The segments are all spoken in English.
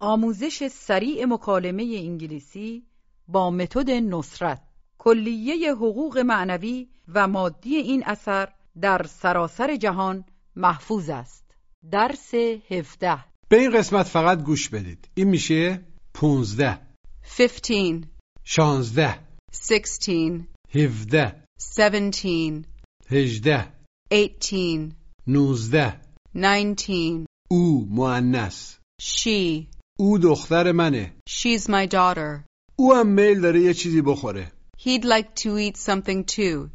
آموزش سریع مکالمه انگلیسی با متد نصرت کلیه حقوق معنوی و مادی این اثر در سراسر جهان محفوظ است درس 17 به این قسمت فقط گوش بدید این میشه 15 15, 16 16, 17 17, 18 18, 19 19. او مؤنث She, او دختر منه she's my daughter. او هم میل داره یه چیزی بخوره He'd like to eat something too.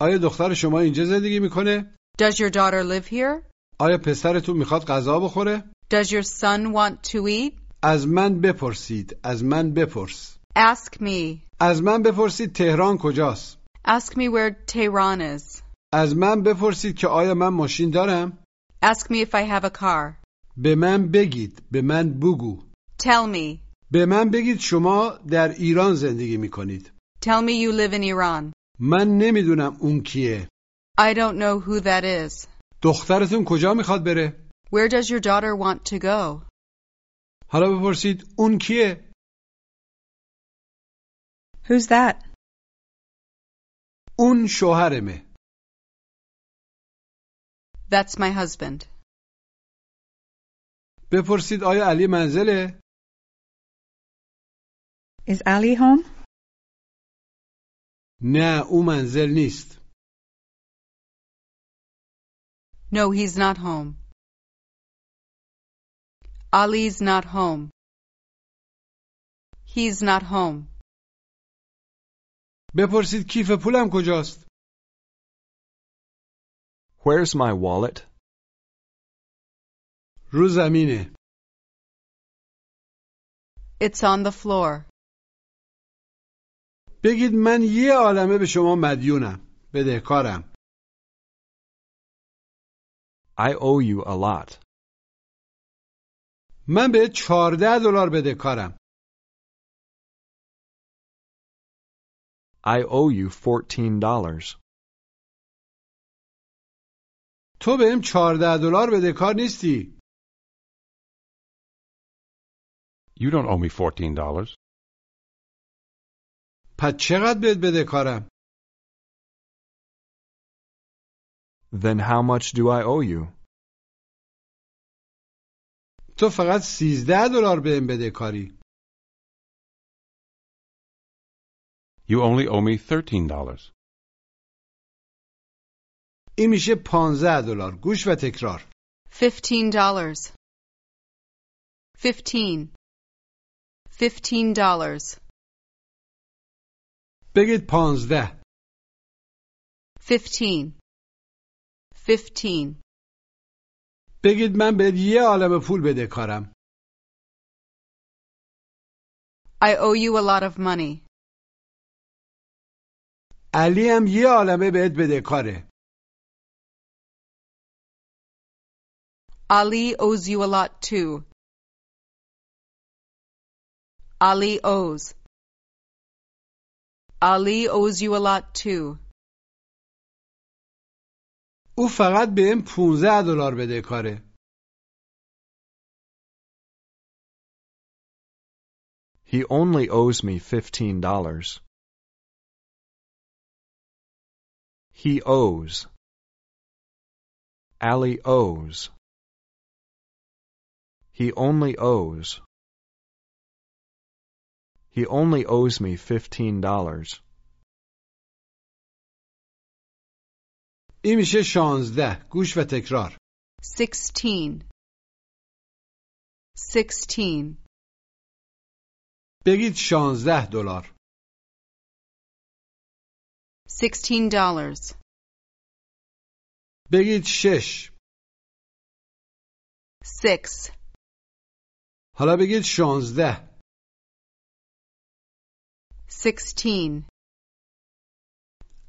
آیا دختر شما اینجا زندگی میکنه Does your daughter live here? آیا پسرتون میخواد غذا بخوره Does your son want to eat? از من بپرسید از من بپرس Ask me. از من بپرسید تهران کجاست Ask me where Tehran is. از من بپرسید که آیا من ماشین دارم Ask me if I have a car. به من بگید به من بگو Tell me. به من بگید شما در ایران زندگی میکنید Tell me you live in Iran. من نمیدونم اون کیه I don't know who that is. دخترتون کجا میخواد بره Where does your daughter want to go? حالا بپرسید اون کیه Who's that? اون شوهرمه That's my husband. بپرسید آیا علی منزله Is Ali home? نه او منزل نیست No, he's not home. Ali's not home. He's not home. بپرسید کیف پولم کجاست Where's my wallet? رو زمینه It's on the floor. بگید من یه عالمه به شما مدیونم بدهکارم I owe you a lot. من به 14 دلار بدهکارم I owe you fourteen dollars. تو بهم 14 دلار بدهکار نیستی You don't owe me fourteen dollars. پس چقدر بهت بدهکارم Then how much do I owe you? تو فقط 13 دلار بهم بدهکاری You only owe me thirteen dollars. این میشه 15 دلار گوش و تکرار Fifteen dollars. Fifteen. Fifteen dollars. بگید 15 Fifteen. Fifteen. بگید من بهت یه عالم پول بدهکارم I owe you a lot of money. علی هم یه عالمه بهت بدهکاره Ali owes you a lot too. Ali owes. Ali owes you a lot too. او فقط بهم 15 دلار بدهکاره He only owes me fifteen dollars. He owes. Allie owes. He only owes. He only owes me fifteen dollars. این میشه 16 گوش و تکرار Sixteen. Sixteen. بگید 16 دلار Sixteen dollars. بگید 6 Six. حالا بگید 16 Sixteen.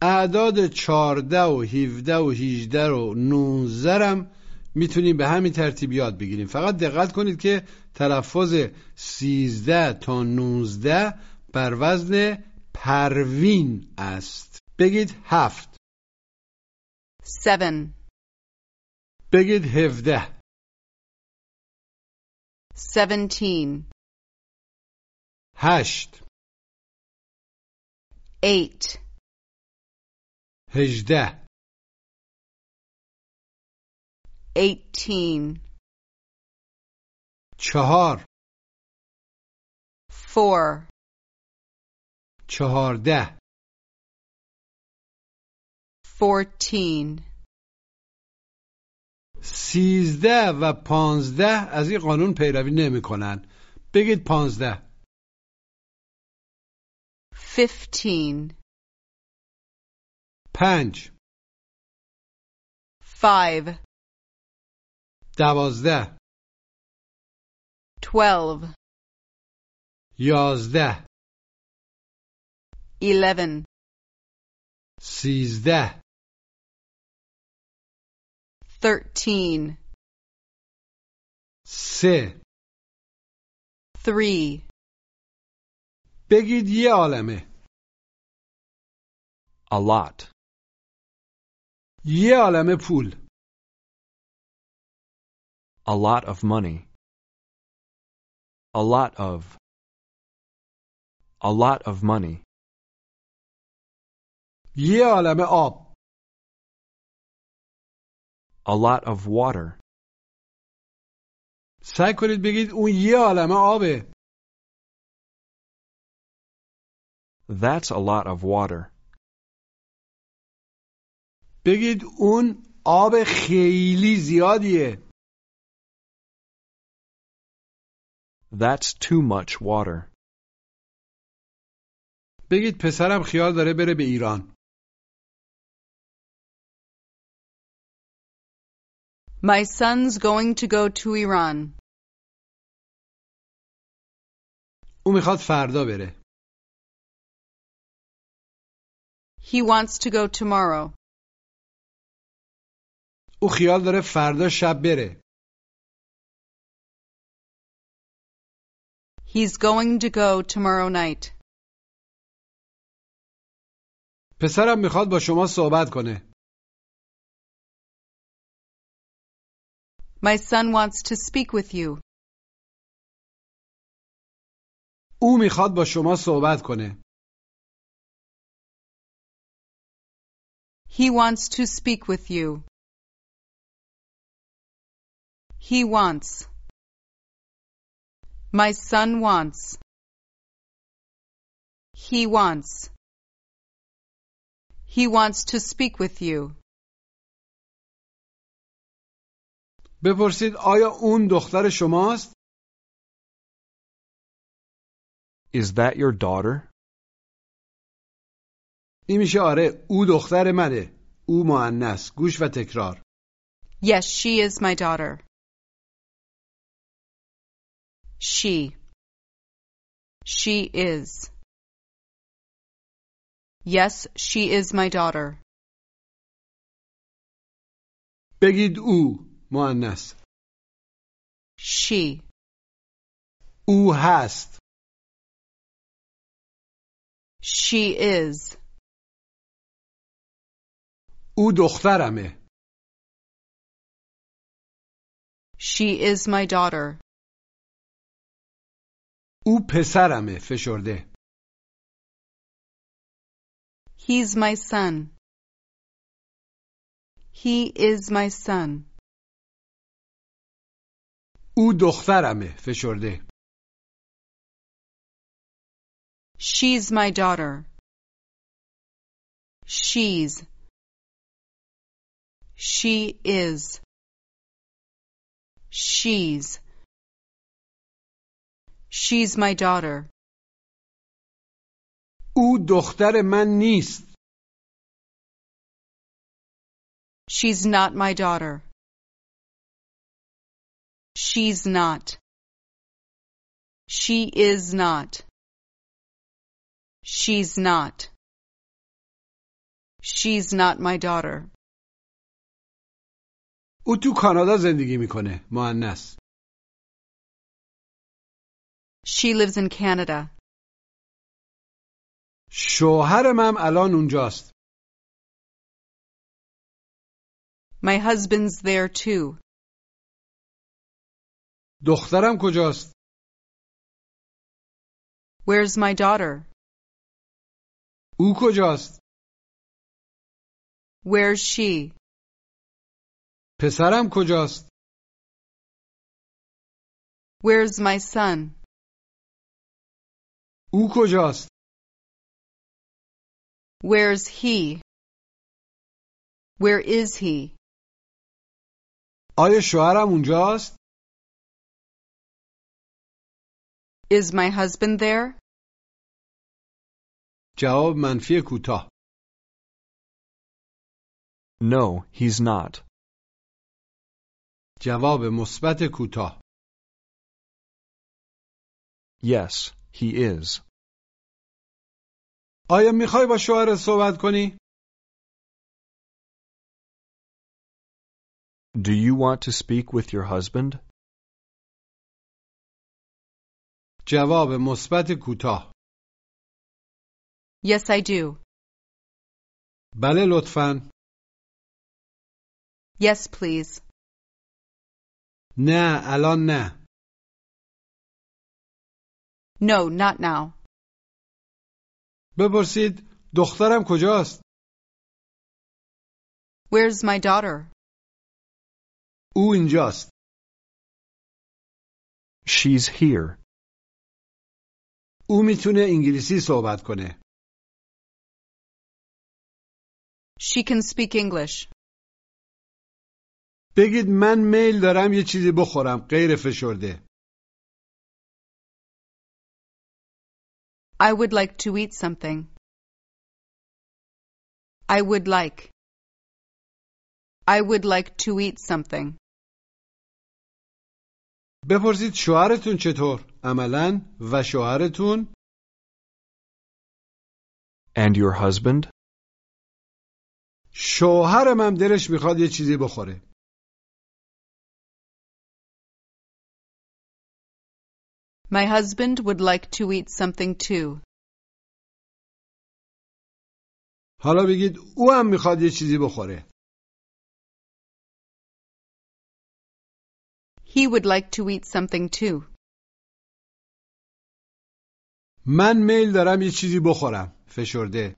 اعداد 14 و 17 و 18 و 19 هم میتونیم به همین ترتیب یاد بگیریم فقط دقت کنید که تلفظ 13 تا 19 بر وزن پروین است بگید هفت Seven. بگید 17 seventeen, هشت eight, هجده eighteen, چهار four, چهارده fourteen, سیزده و پانزده از این قانون پیروی نمی کنن. بگید پانزده fifteen, پنج five, دوازده twelve, یازده eleven, سیزده thirteen, سه three, بگید یه عالمه A lot. یه عالمه پول A lot of money. A lot of. A lot of money. یه عالمه آب A lot of water. سعی کنید بگید اون یه عالمه آبه That's a lot of water. بگید اون آب خیلی زیادیه That's too much water. بگید پسرم خیال داره بره به ایران my son's going to go to Iran. او میخواد فردا بره He wants to go tomorrow. او خیال داره فردا شب بره He's going to go tomorrow night. پسرم میخواد با شما صحبت کنه My son wants to speak with you. او میخواد با شما صحبت کنه He wants to speak with you. He wants. My son wants. He wants. He wants to speak with you. بپرسید آیا اون دختر شماست؟ Is that your daughter? این میشه آره او دختر منه او معنس گوش و تکرار Yes, she is my daughter. She. She is. Yes, she is my daughter. بگید او معنس She. او هست She is. او دخترمه She is my daughter. او پسرمه فشرده He's my son. He is my son. او دخترمه فشرده She's my daughter. She's. She is. She's. She's my daughter. او دختر من نیست She's not my daughter. She's not. She is not. She's not. She's not my daughter. او تو کانادا زندگی میکنه معنس She lives in Canada. شوهرم هم الان اونجاست My husband's there too. دخترم کجاست؟ Where's my daughter? او کجاست؟ Where's she? پسرم کجاست؟ Where's my son? او کجاست؟ Where's he? Where is he? آیا شوهرم اونجاست؟ Is my husband there? جواب منفی کوتاه. No, he's not. جواب مثبت کوتاه. Yes, he is. آیا میخوای با شوهرت صحبت کنی؟ Do you want to speak with your husband? جواب مثبت کوتاه. Yes, I do. بله لطفا. Yes, please. نه الان نه. No, not now. بپرسید دخترم کجاست؟ Where's my daughter? او اینجاست. She's here. او میتونه انگلیسی صحبت کنه. She can speak English. بگید من میل دارم یه چیزی بخورم غیر فشرده. I would like to eat something. I would like. I would like to eat something. بپرسید شوهرتون چطور؟ عملا و شوهرتون And your husband? شوهرم هم دلش میخواد یه چیزی بخوره. My husband would like to eat something too. حالا بگید او هم میخواد یه چیزی بخوره. He would like to eat something too. من میل دارم یه چیزی بخورم. فشرده.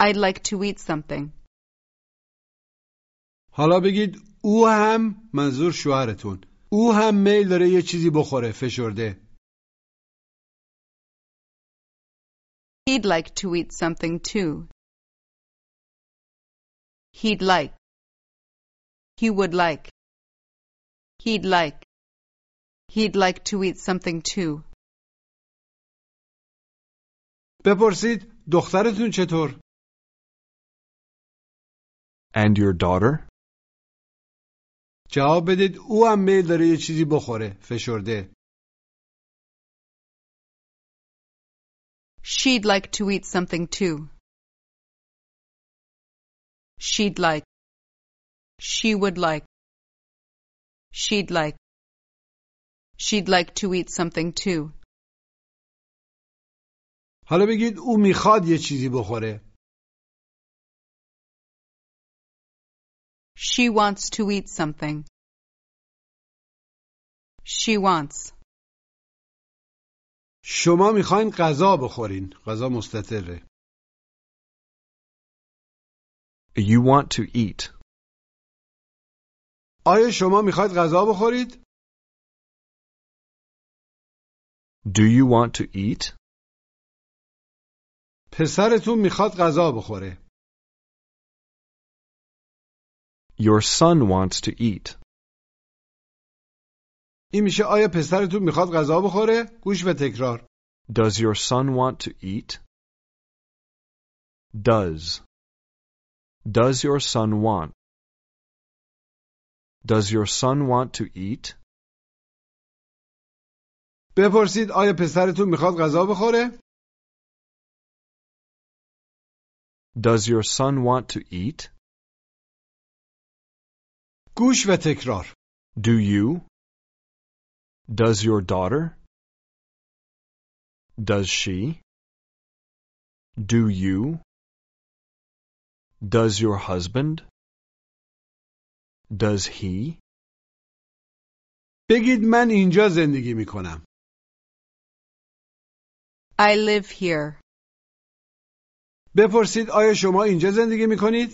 I'd like to eat something. حالا بگید او هم منظور شوهرتون. او هم میل داره یه چیزی بخوره. فشرده. He'd like to eat something too. He'd like. He would like. He'd like. He'd like to eat something too. بپرسید دخترتون چطور؟ And your daughter? جواب بدید او هم میل داره یه چیزی بخوره. فشرده. She'd like to eat something too. She'd like. She would like. She'd like. She'd like to eat something too. حالا بگید او میخواد یه چیزی بخوره. She wants to eat something. She wants. شما میخواین غذا بخورین. غذا مستطره. You want to eat. آیا شما میخواید غذا بخورید؟ Do you want to eat? پسرتون میخواد غذا بخوره. Your son wants to eat. این میشه آیا پسرتون میخواد غذا بخوره؟ گوش و تکرار. Does your son want to eat? Does. Does your son want? Does your son want to eat? بپرسید آیا پسرتون میخواد غذا بخوره؟ Does your son want to eat? گوش و تکرار. Do you? Does your daughter? Does she? Do you? Does your husband? Does he? بگید من اینجا زندگی می کنم. I live here. بپرسید آیا شما اینجا زندگی می کنید؟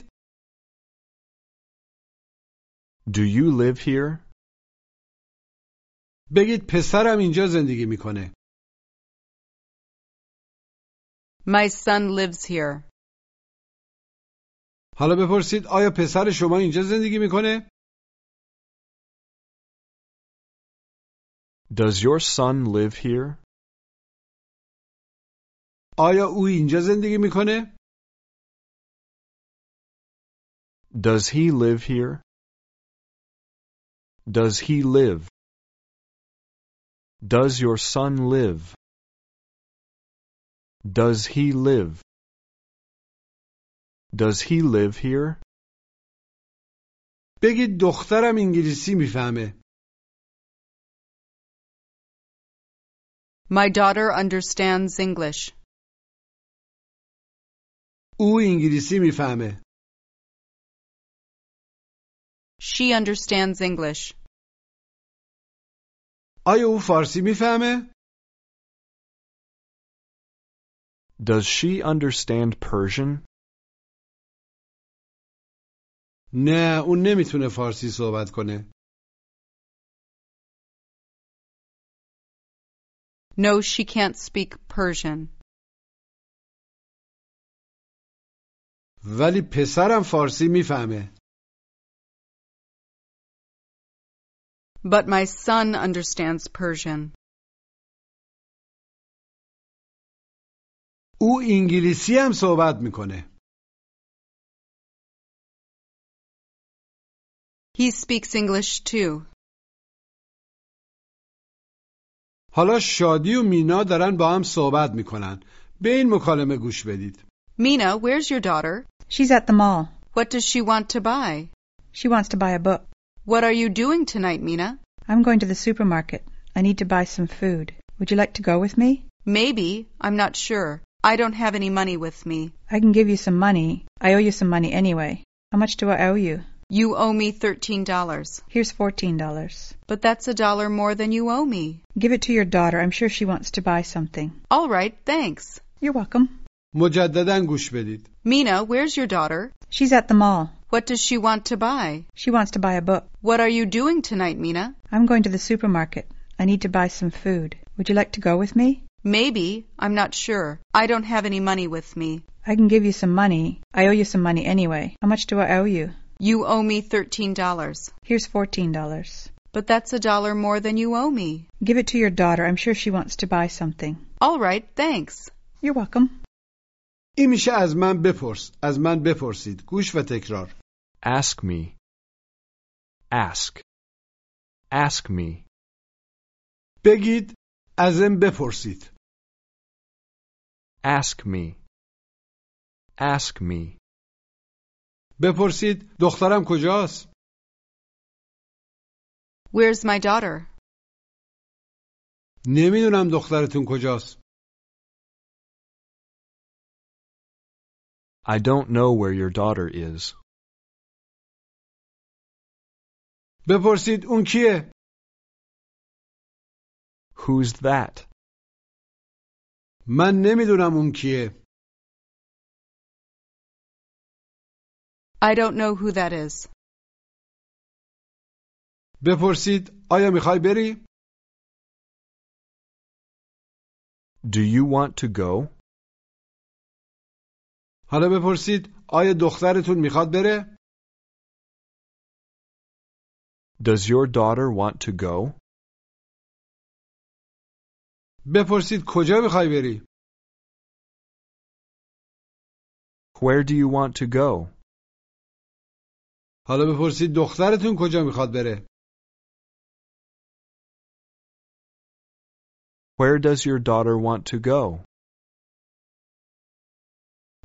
Do you live here? بگید پسرم اینجا زندگی میکنه. My son lives here. حالا بپرسید آیا پسر شما اینجا زندگی میکنه؟ Does your son live here? آیا او اینجا زندگی میکنه؟ Does he live here? Does he live? Does your son live? Does he live? Does he live here? بگید دخترم انگلیسی میفهمه. My daughter understands English. او انگلیسی میفهمه. She understands English. آیا او فارسی میفهمه؟ Does she understand Persian? نه اون نمیتونه فارسی صحبت کنه. No, she can't speak Persian. ولی پسرم فارسی میفهمه. But my son understands Persian. او انگلیسی هم صحبت میکنه. He speaks English too. حالا شادی و مینا دارن با هم صحبت میکنن. به این مکالمه گوش بدید. Mina, where's your daughter? She's at the mall. What does she want to buy? She wants to buy a book. What are you doing tonight, Mina? I'm going to the supermarket. I need to buy some food. Would you like to go with me? Maybe. I'm not sure. I don't have any money with me. I can give you some money. I owe you some money anyway. How much do I owe you? You owe me $13. Here's $14. But that's a dollar more than you owe me. Give it to your daughter. I'm sure she wants to buy something. All right, thanks. You're welcome. مجددا گوش بدید. Mina, where's your daughter? She's at the mall. What does she want to buy? She wants to buy a book. What are you doing tonight, Mina? I'm going to the supermarket. I need to buy some food. Would you like to go with me? Maybe. I'm not sure. I don't have any money with me. I can give you some money. I owe you some money anyway. How much do I owe you? You owe me $13. Here's $14. But that's a dollar more than you owe me. Give it to your daughter. I'm sure she wants to buy something. All right, thanks. You're welcome. این میشه از من بپرس. از من بپرسید. گوش و تکرار. Ask me. Ask. Ask me. بگید ازم بپرسید. Ask me. Ask me. بپرسید دخترم کجاست؟ Where's my daughter? نمیدونم دخترتون کجاست. I don't know where your daughter is. بپرسید اون کیه؟ Who's that? من نمیدونم اون کیه. I don't know who that is. بپرسید آیا میخوای بری؟ Do you want to go? حالا بپرسید آیا دخترتون میخواد بره؟ Does your daughter want to go? بپرسید کجا میخوای بری؟ Where do you want to go? حالا بپرسید دخترتون کجا میخواد بره؟ Where does your daughter want to go?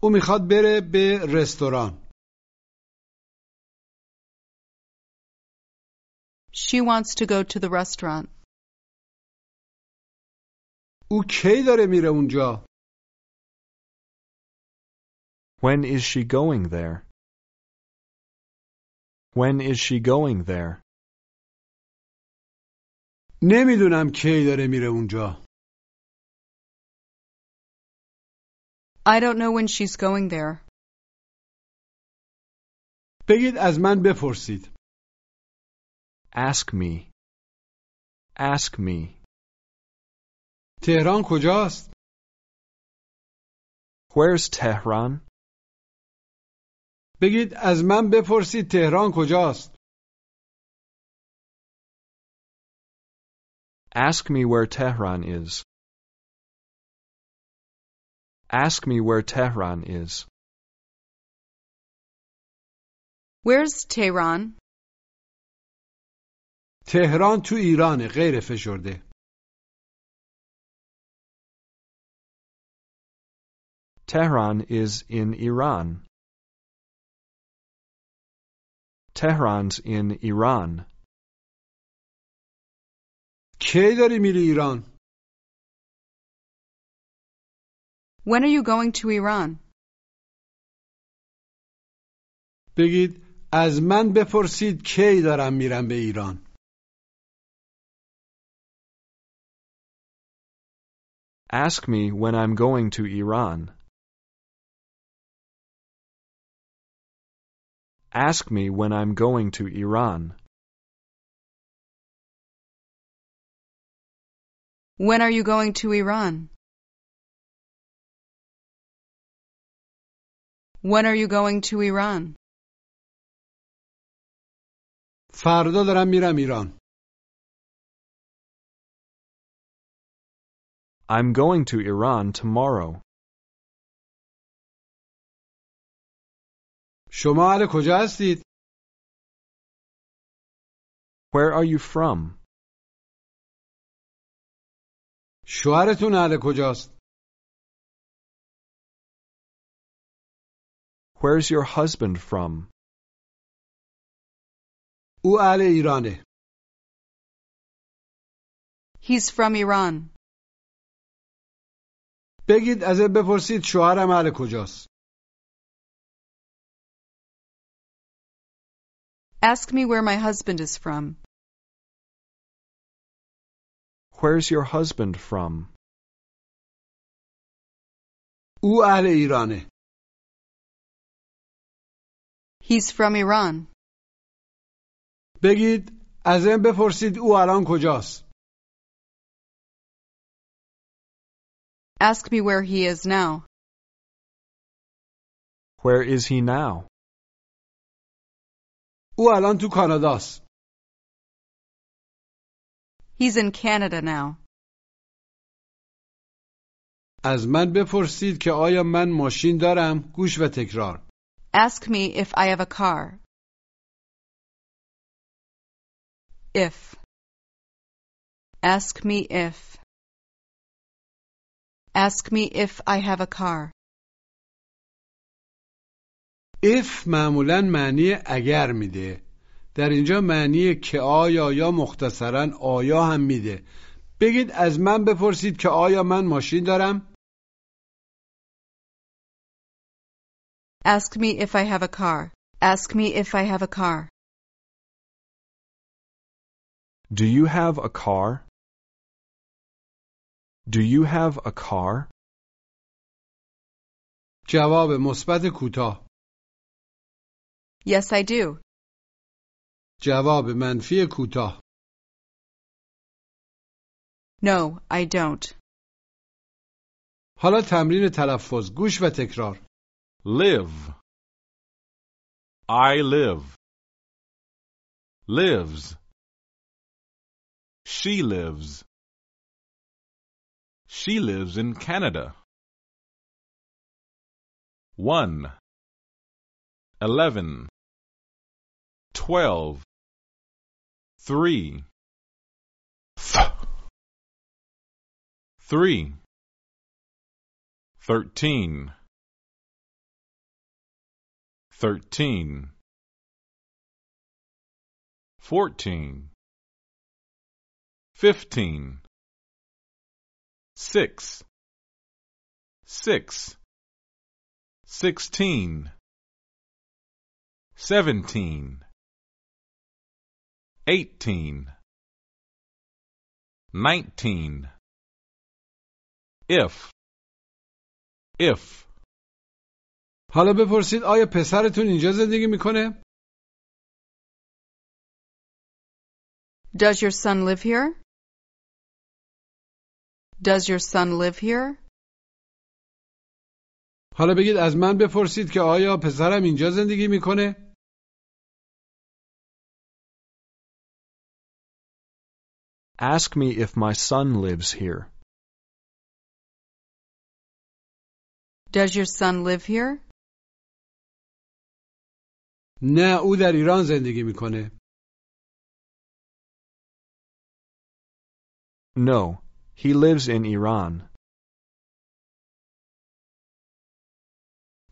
او میخواد بره به رستوران. She wants to go to the restaurant. او کی داره میره اونجا؟ When is she going there? When is she going there? نمیدونم کی داره میره اونجا I don't know when she's going there. بگید از من بپرسید Ask me. Ask me. تهران کجاست؟ Where's Tehran? بگید از من بپرسید تهران کجاست؟ Ask me where Tehran is. Ask me where Tehran is. Where's Tehran? تهران تو ایرانه غیر فشرده Tehran is in Iran. Tehran's in Iran. کی داری میری ایران؟ When are you going to Iran? بگید از من بپرسید کی دارم میرم به ایران Ask me when I'm going to Iran. Ask me when I'm going to Iran. When are you going to Iran? When are you going to Iran? فردا دارم میرم ایران I'm going to Iran tomorrow. شما اهل کجا هستید؟ Where are you from? شوهرتون اهل کجاست؟ Where's your husband from? او اهل ایرانه He's from Iran. بگید ازت بپرسید شوهرم اهل کجاست Ask me where my husband is from. Where's your husband from? او اهل ایرانه He's from Iran. بگید ازم بپرسید او الان کجاست Ask me where he is now. Where is he now? او الان تو کاناداست He's in Canada now. از من بپرسید که آیا من ماشین دارم گوش و تکرار Ask me if I have a car. If. Ask me if. Ask me if I have a car. if معمولا معنی اگر میده در اینجا معنی که آیا یا مختصرا آیا هم میده بگید از من بپرسید که آیا من ماشین دارم Ask me if I have a car. Ask me if I have a car. Do you have a car? Do you have a car? جواب مثبت کوتاه Yes, I do. جواب منفی کوتاه No, I don't. حالا تمرین تلفظ گوش و تکرار Live. I live. Lives. She lives. She lives in Canada. 1 11 12 3 3 13 13 14 15 6 6 16 17 18 Nineteen. If. If. حالا بپرسید آیا پسرتون اینجا زندگی میکنه؟ Does your son live here? Does your son live here? حالا بگید از من بپرسید که آیا پسرم اینجا زندگی میکنه؟ Ask me if my son lives here. Does your son live here? نه او در ایران زندگی میکنه. No, he lives in Iran.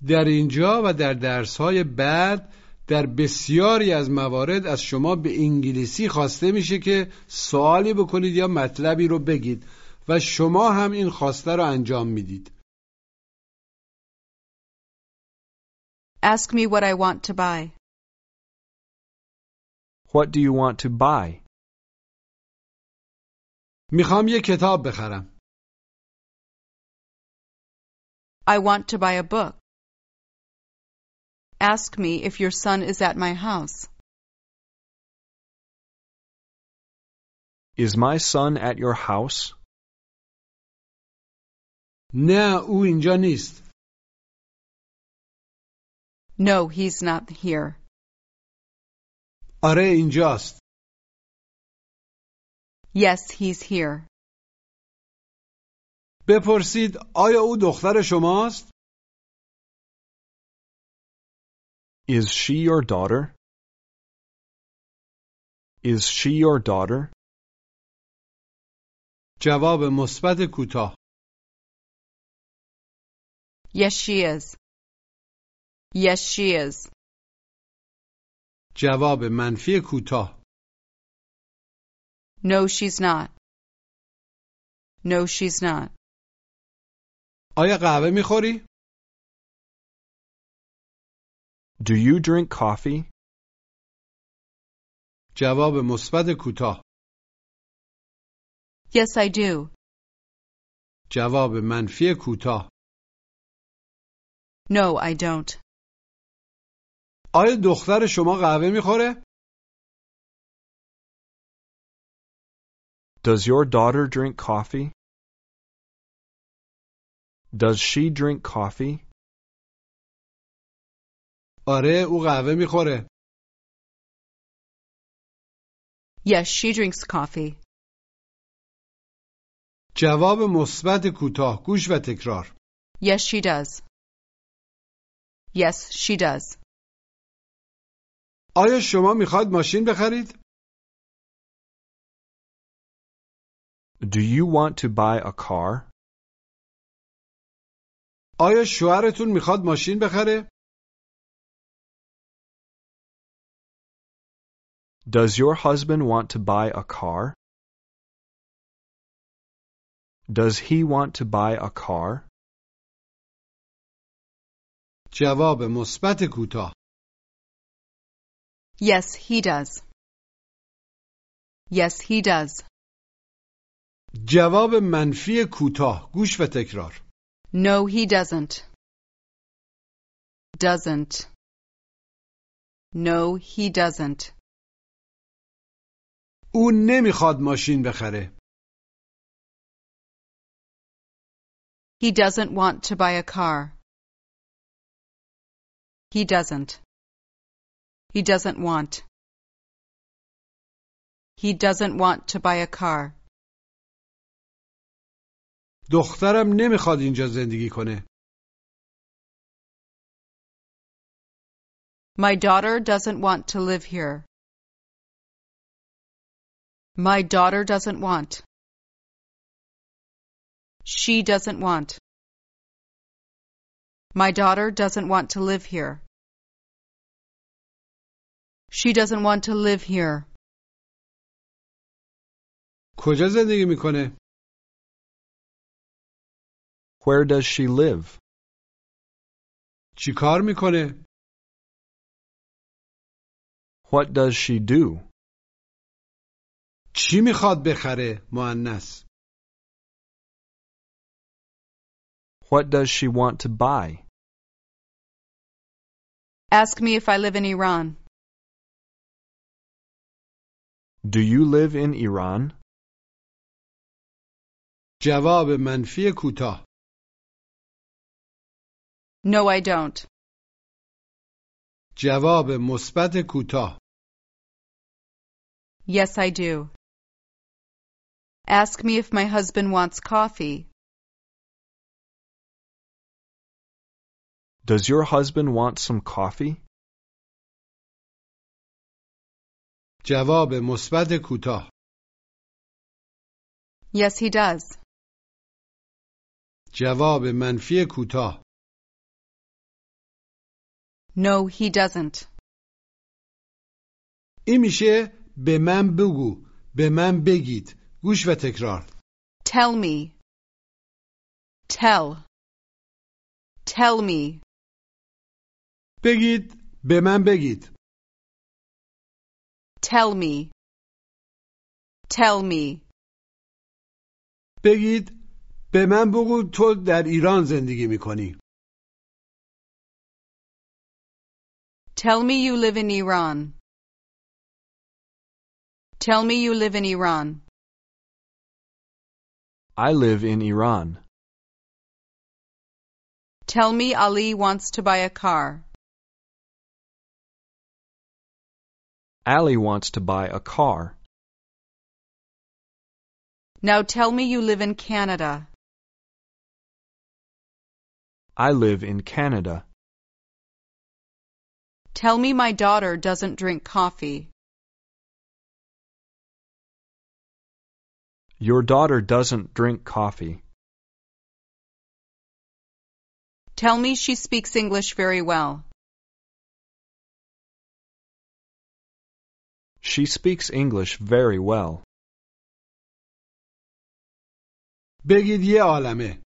در اینجا و در درسهای بعد در بسیاری از موارد از شما به انگلیسی خواسته میشه که سوالی بکنید یا مطلبی رو بگید و شما هم این خواسته رو انجام میدید. Ask me what I want to buy. What do you want to buy? میخوام یه کتاب بخرم. I want to buy a book. Ask me if your son is at my house. Is my son at your house? نه او اینجا نیست. No, he's not here. آره اینجاست. Yes, he's here. بپرسید آیا او دختر شماست؟ Is she your daughter? Is she your daughter? جواب مثبت کوتاه. Yes, she is. Yes, she is. جواب منفی کوتاه. No, she's not. No, she's not. آیا قهوه میخوری؟ Do you drink coffee? جواب مثبت کوتاه. Yes, I do. جواب منفی کوتاه. No, I don't. آیا دختر شما قهوه میخوره؟ Does your daughter drink coffee? Does she drink coffee? آره او قهوه میخوره. Yes, she drinks coffee. جواب مثبت کوتاه گوش و تکرار. Yes, she does. Yes, she does. آیا شما میخواد ماشین بخرید؟ Do you want to buy a car? آیا شوهرتون میخواد ماشین بخره؟ Does your husband want to buy a car? Does he want to buy a car? جواب مثبت کوتاه. Yes, he does. Yes, he does. جواب منفی کوتاه گوش و تکرار. No, he doesn't. Doesn't. No, he doesn't. او نمیخواد ماشین بخره. He doesn't want to buy a car. He doesn't. He doesn't want. He doesn't want to buy a car. دخترم نمیخواد اینجا زندگی کنه. My daughter doesn't want to live here. My daughter doesn't want. She doesn't want. My daughter doesn't want to live here. She doesn't want to live here. کجا زندگی میکنه؟ Where does she live? چی کار میکنه؟ What does she do? چی میخواد بخره مؤنث What does she want to buy? Ask me if I live in Iran. Do you live in Iran? جواب منفی کوتاه No, I don't. جواب مثبت کوتاه Yes, I do. Ask me if my husband wants coffee. Does your husband want some coffee? جواب مثبت کوتاه Yes, he does. جواب منفی کوتاه No, he doesn't. این میشه به من بگو به من بگید گوش و تکرار Tell me. Tell. Tell me. بگید به من بگید Tell me. Tell me. بگید به من بگو تو در ایران زندگی میکنی Tell me you live in Iran. Tell me you live in Iran. I live in Iran. Tell me Ali wants to buy a car. Ali wants to buy a car. Now tell me you live in Canada. I live in Canada. Tell me my daughter doesn't drink coffee. Your daughter doesn't drink coffee. Tell me she speaks English very well. She speaks English very well. بگید یه عالمه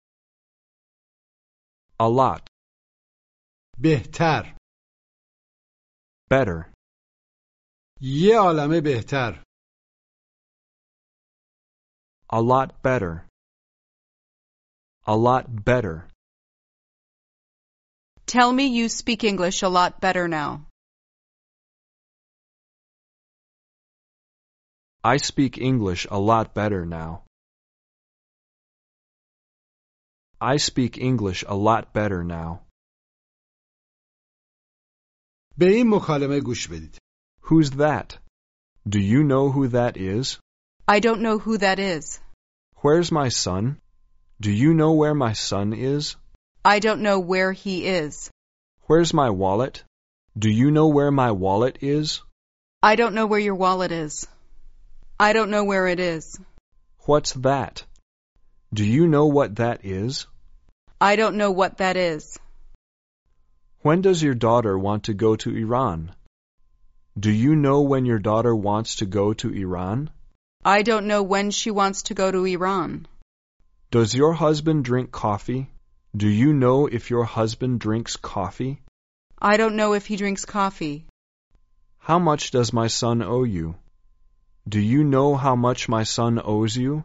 A lot. بهتر Better. یه عالمه بهتر A lot better. A lot better. Tell me you speak English a lot better now. I speak English a lot better now. I speak English a lot better now. به این مکالمه گوش بدید Who's that? Do you know who that is? I don't know who that is. Where's my son? Do you know where my son is? I don't know where he is. Where's my wallet? Do you know where my wallet is? I don't know where your wallet is. I don't know where it is. What's that? Do you know what that is? I don't know what that is. When does your daughter want to go to Iran? Do you know when your daughter wants to go to Iran? I don't know when she wants to go to Iran. Does your husband drink coffee? Do you know if your husband drinks coffee? I don't know if he drinks coffee. How much does my son owe you? Do you know how much my son owes you?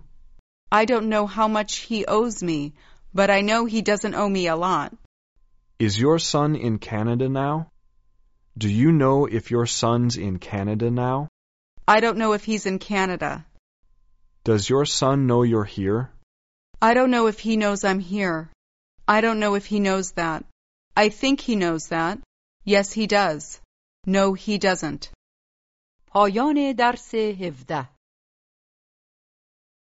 I don't know how much he owes me, but I know he doesn't owe me a lot. Is your son in Canada now? Do you know if your son's in Canada now? I don't know if he's in Canada. Does your son know you're here? I don't know if he knows I'm here. I don't know if he knows that. I think he knows that. Yes, he does. No, he doesn't. پایان درس 17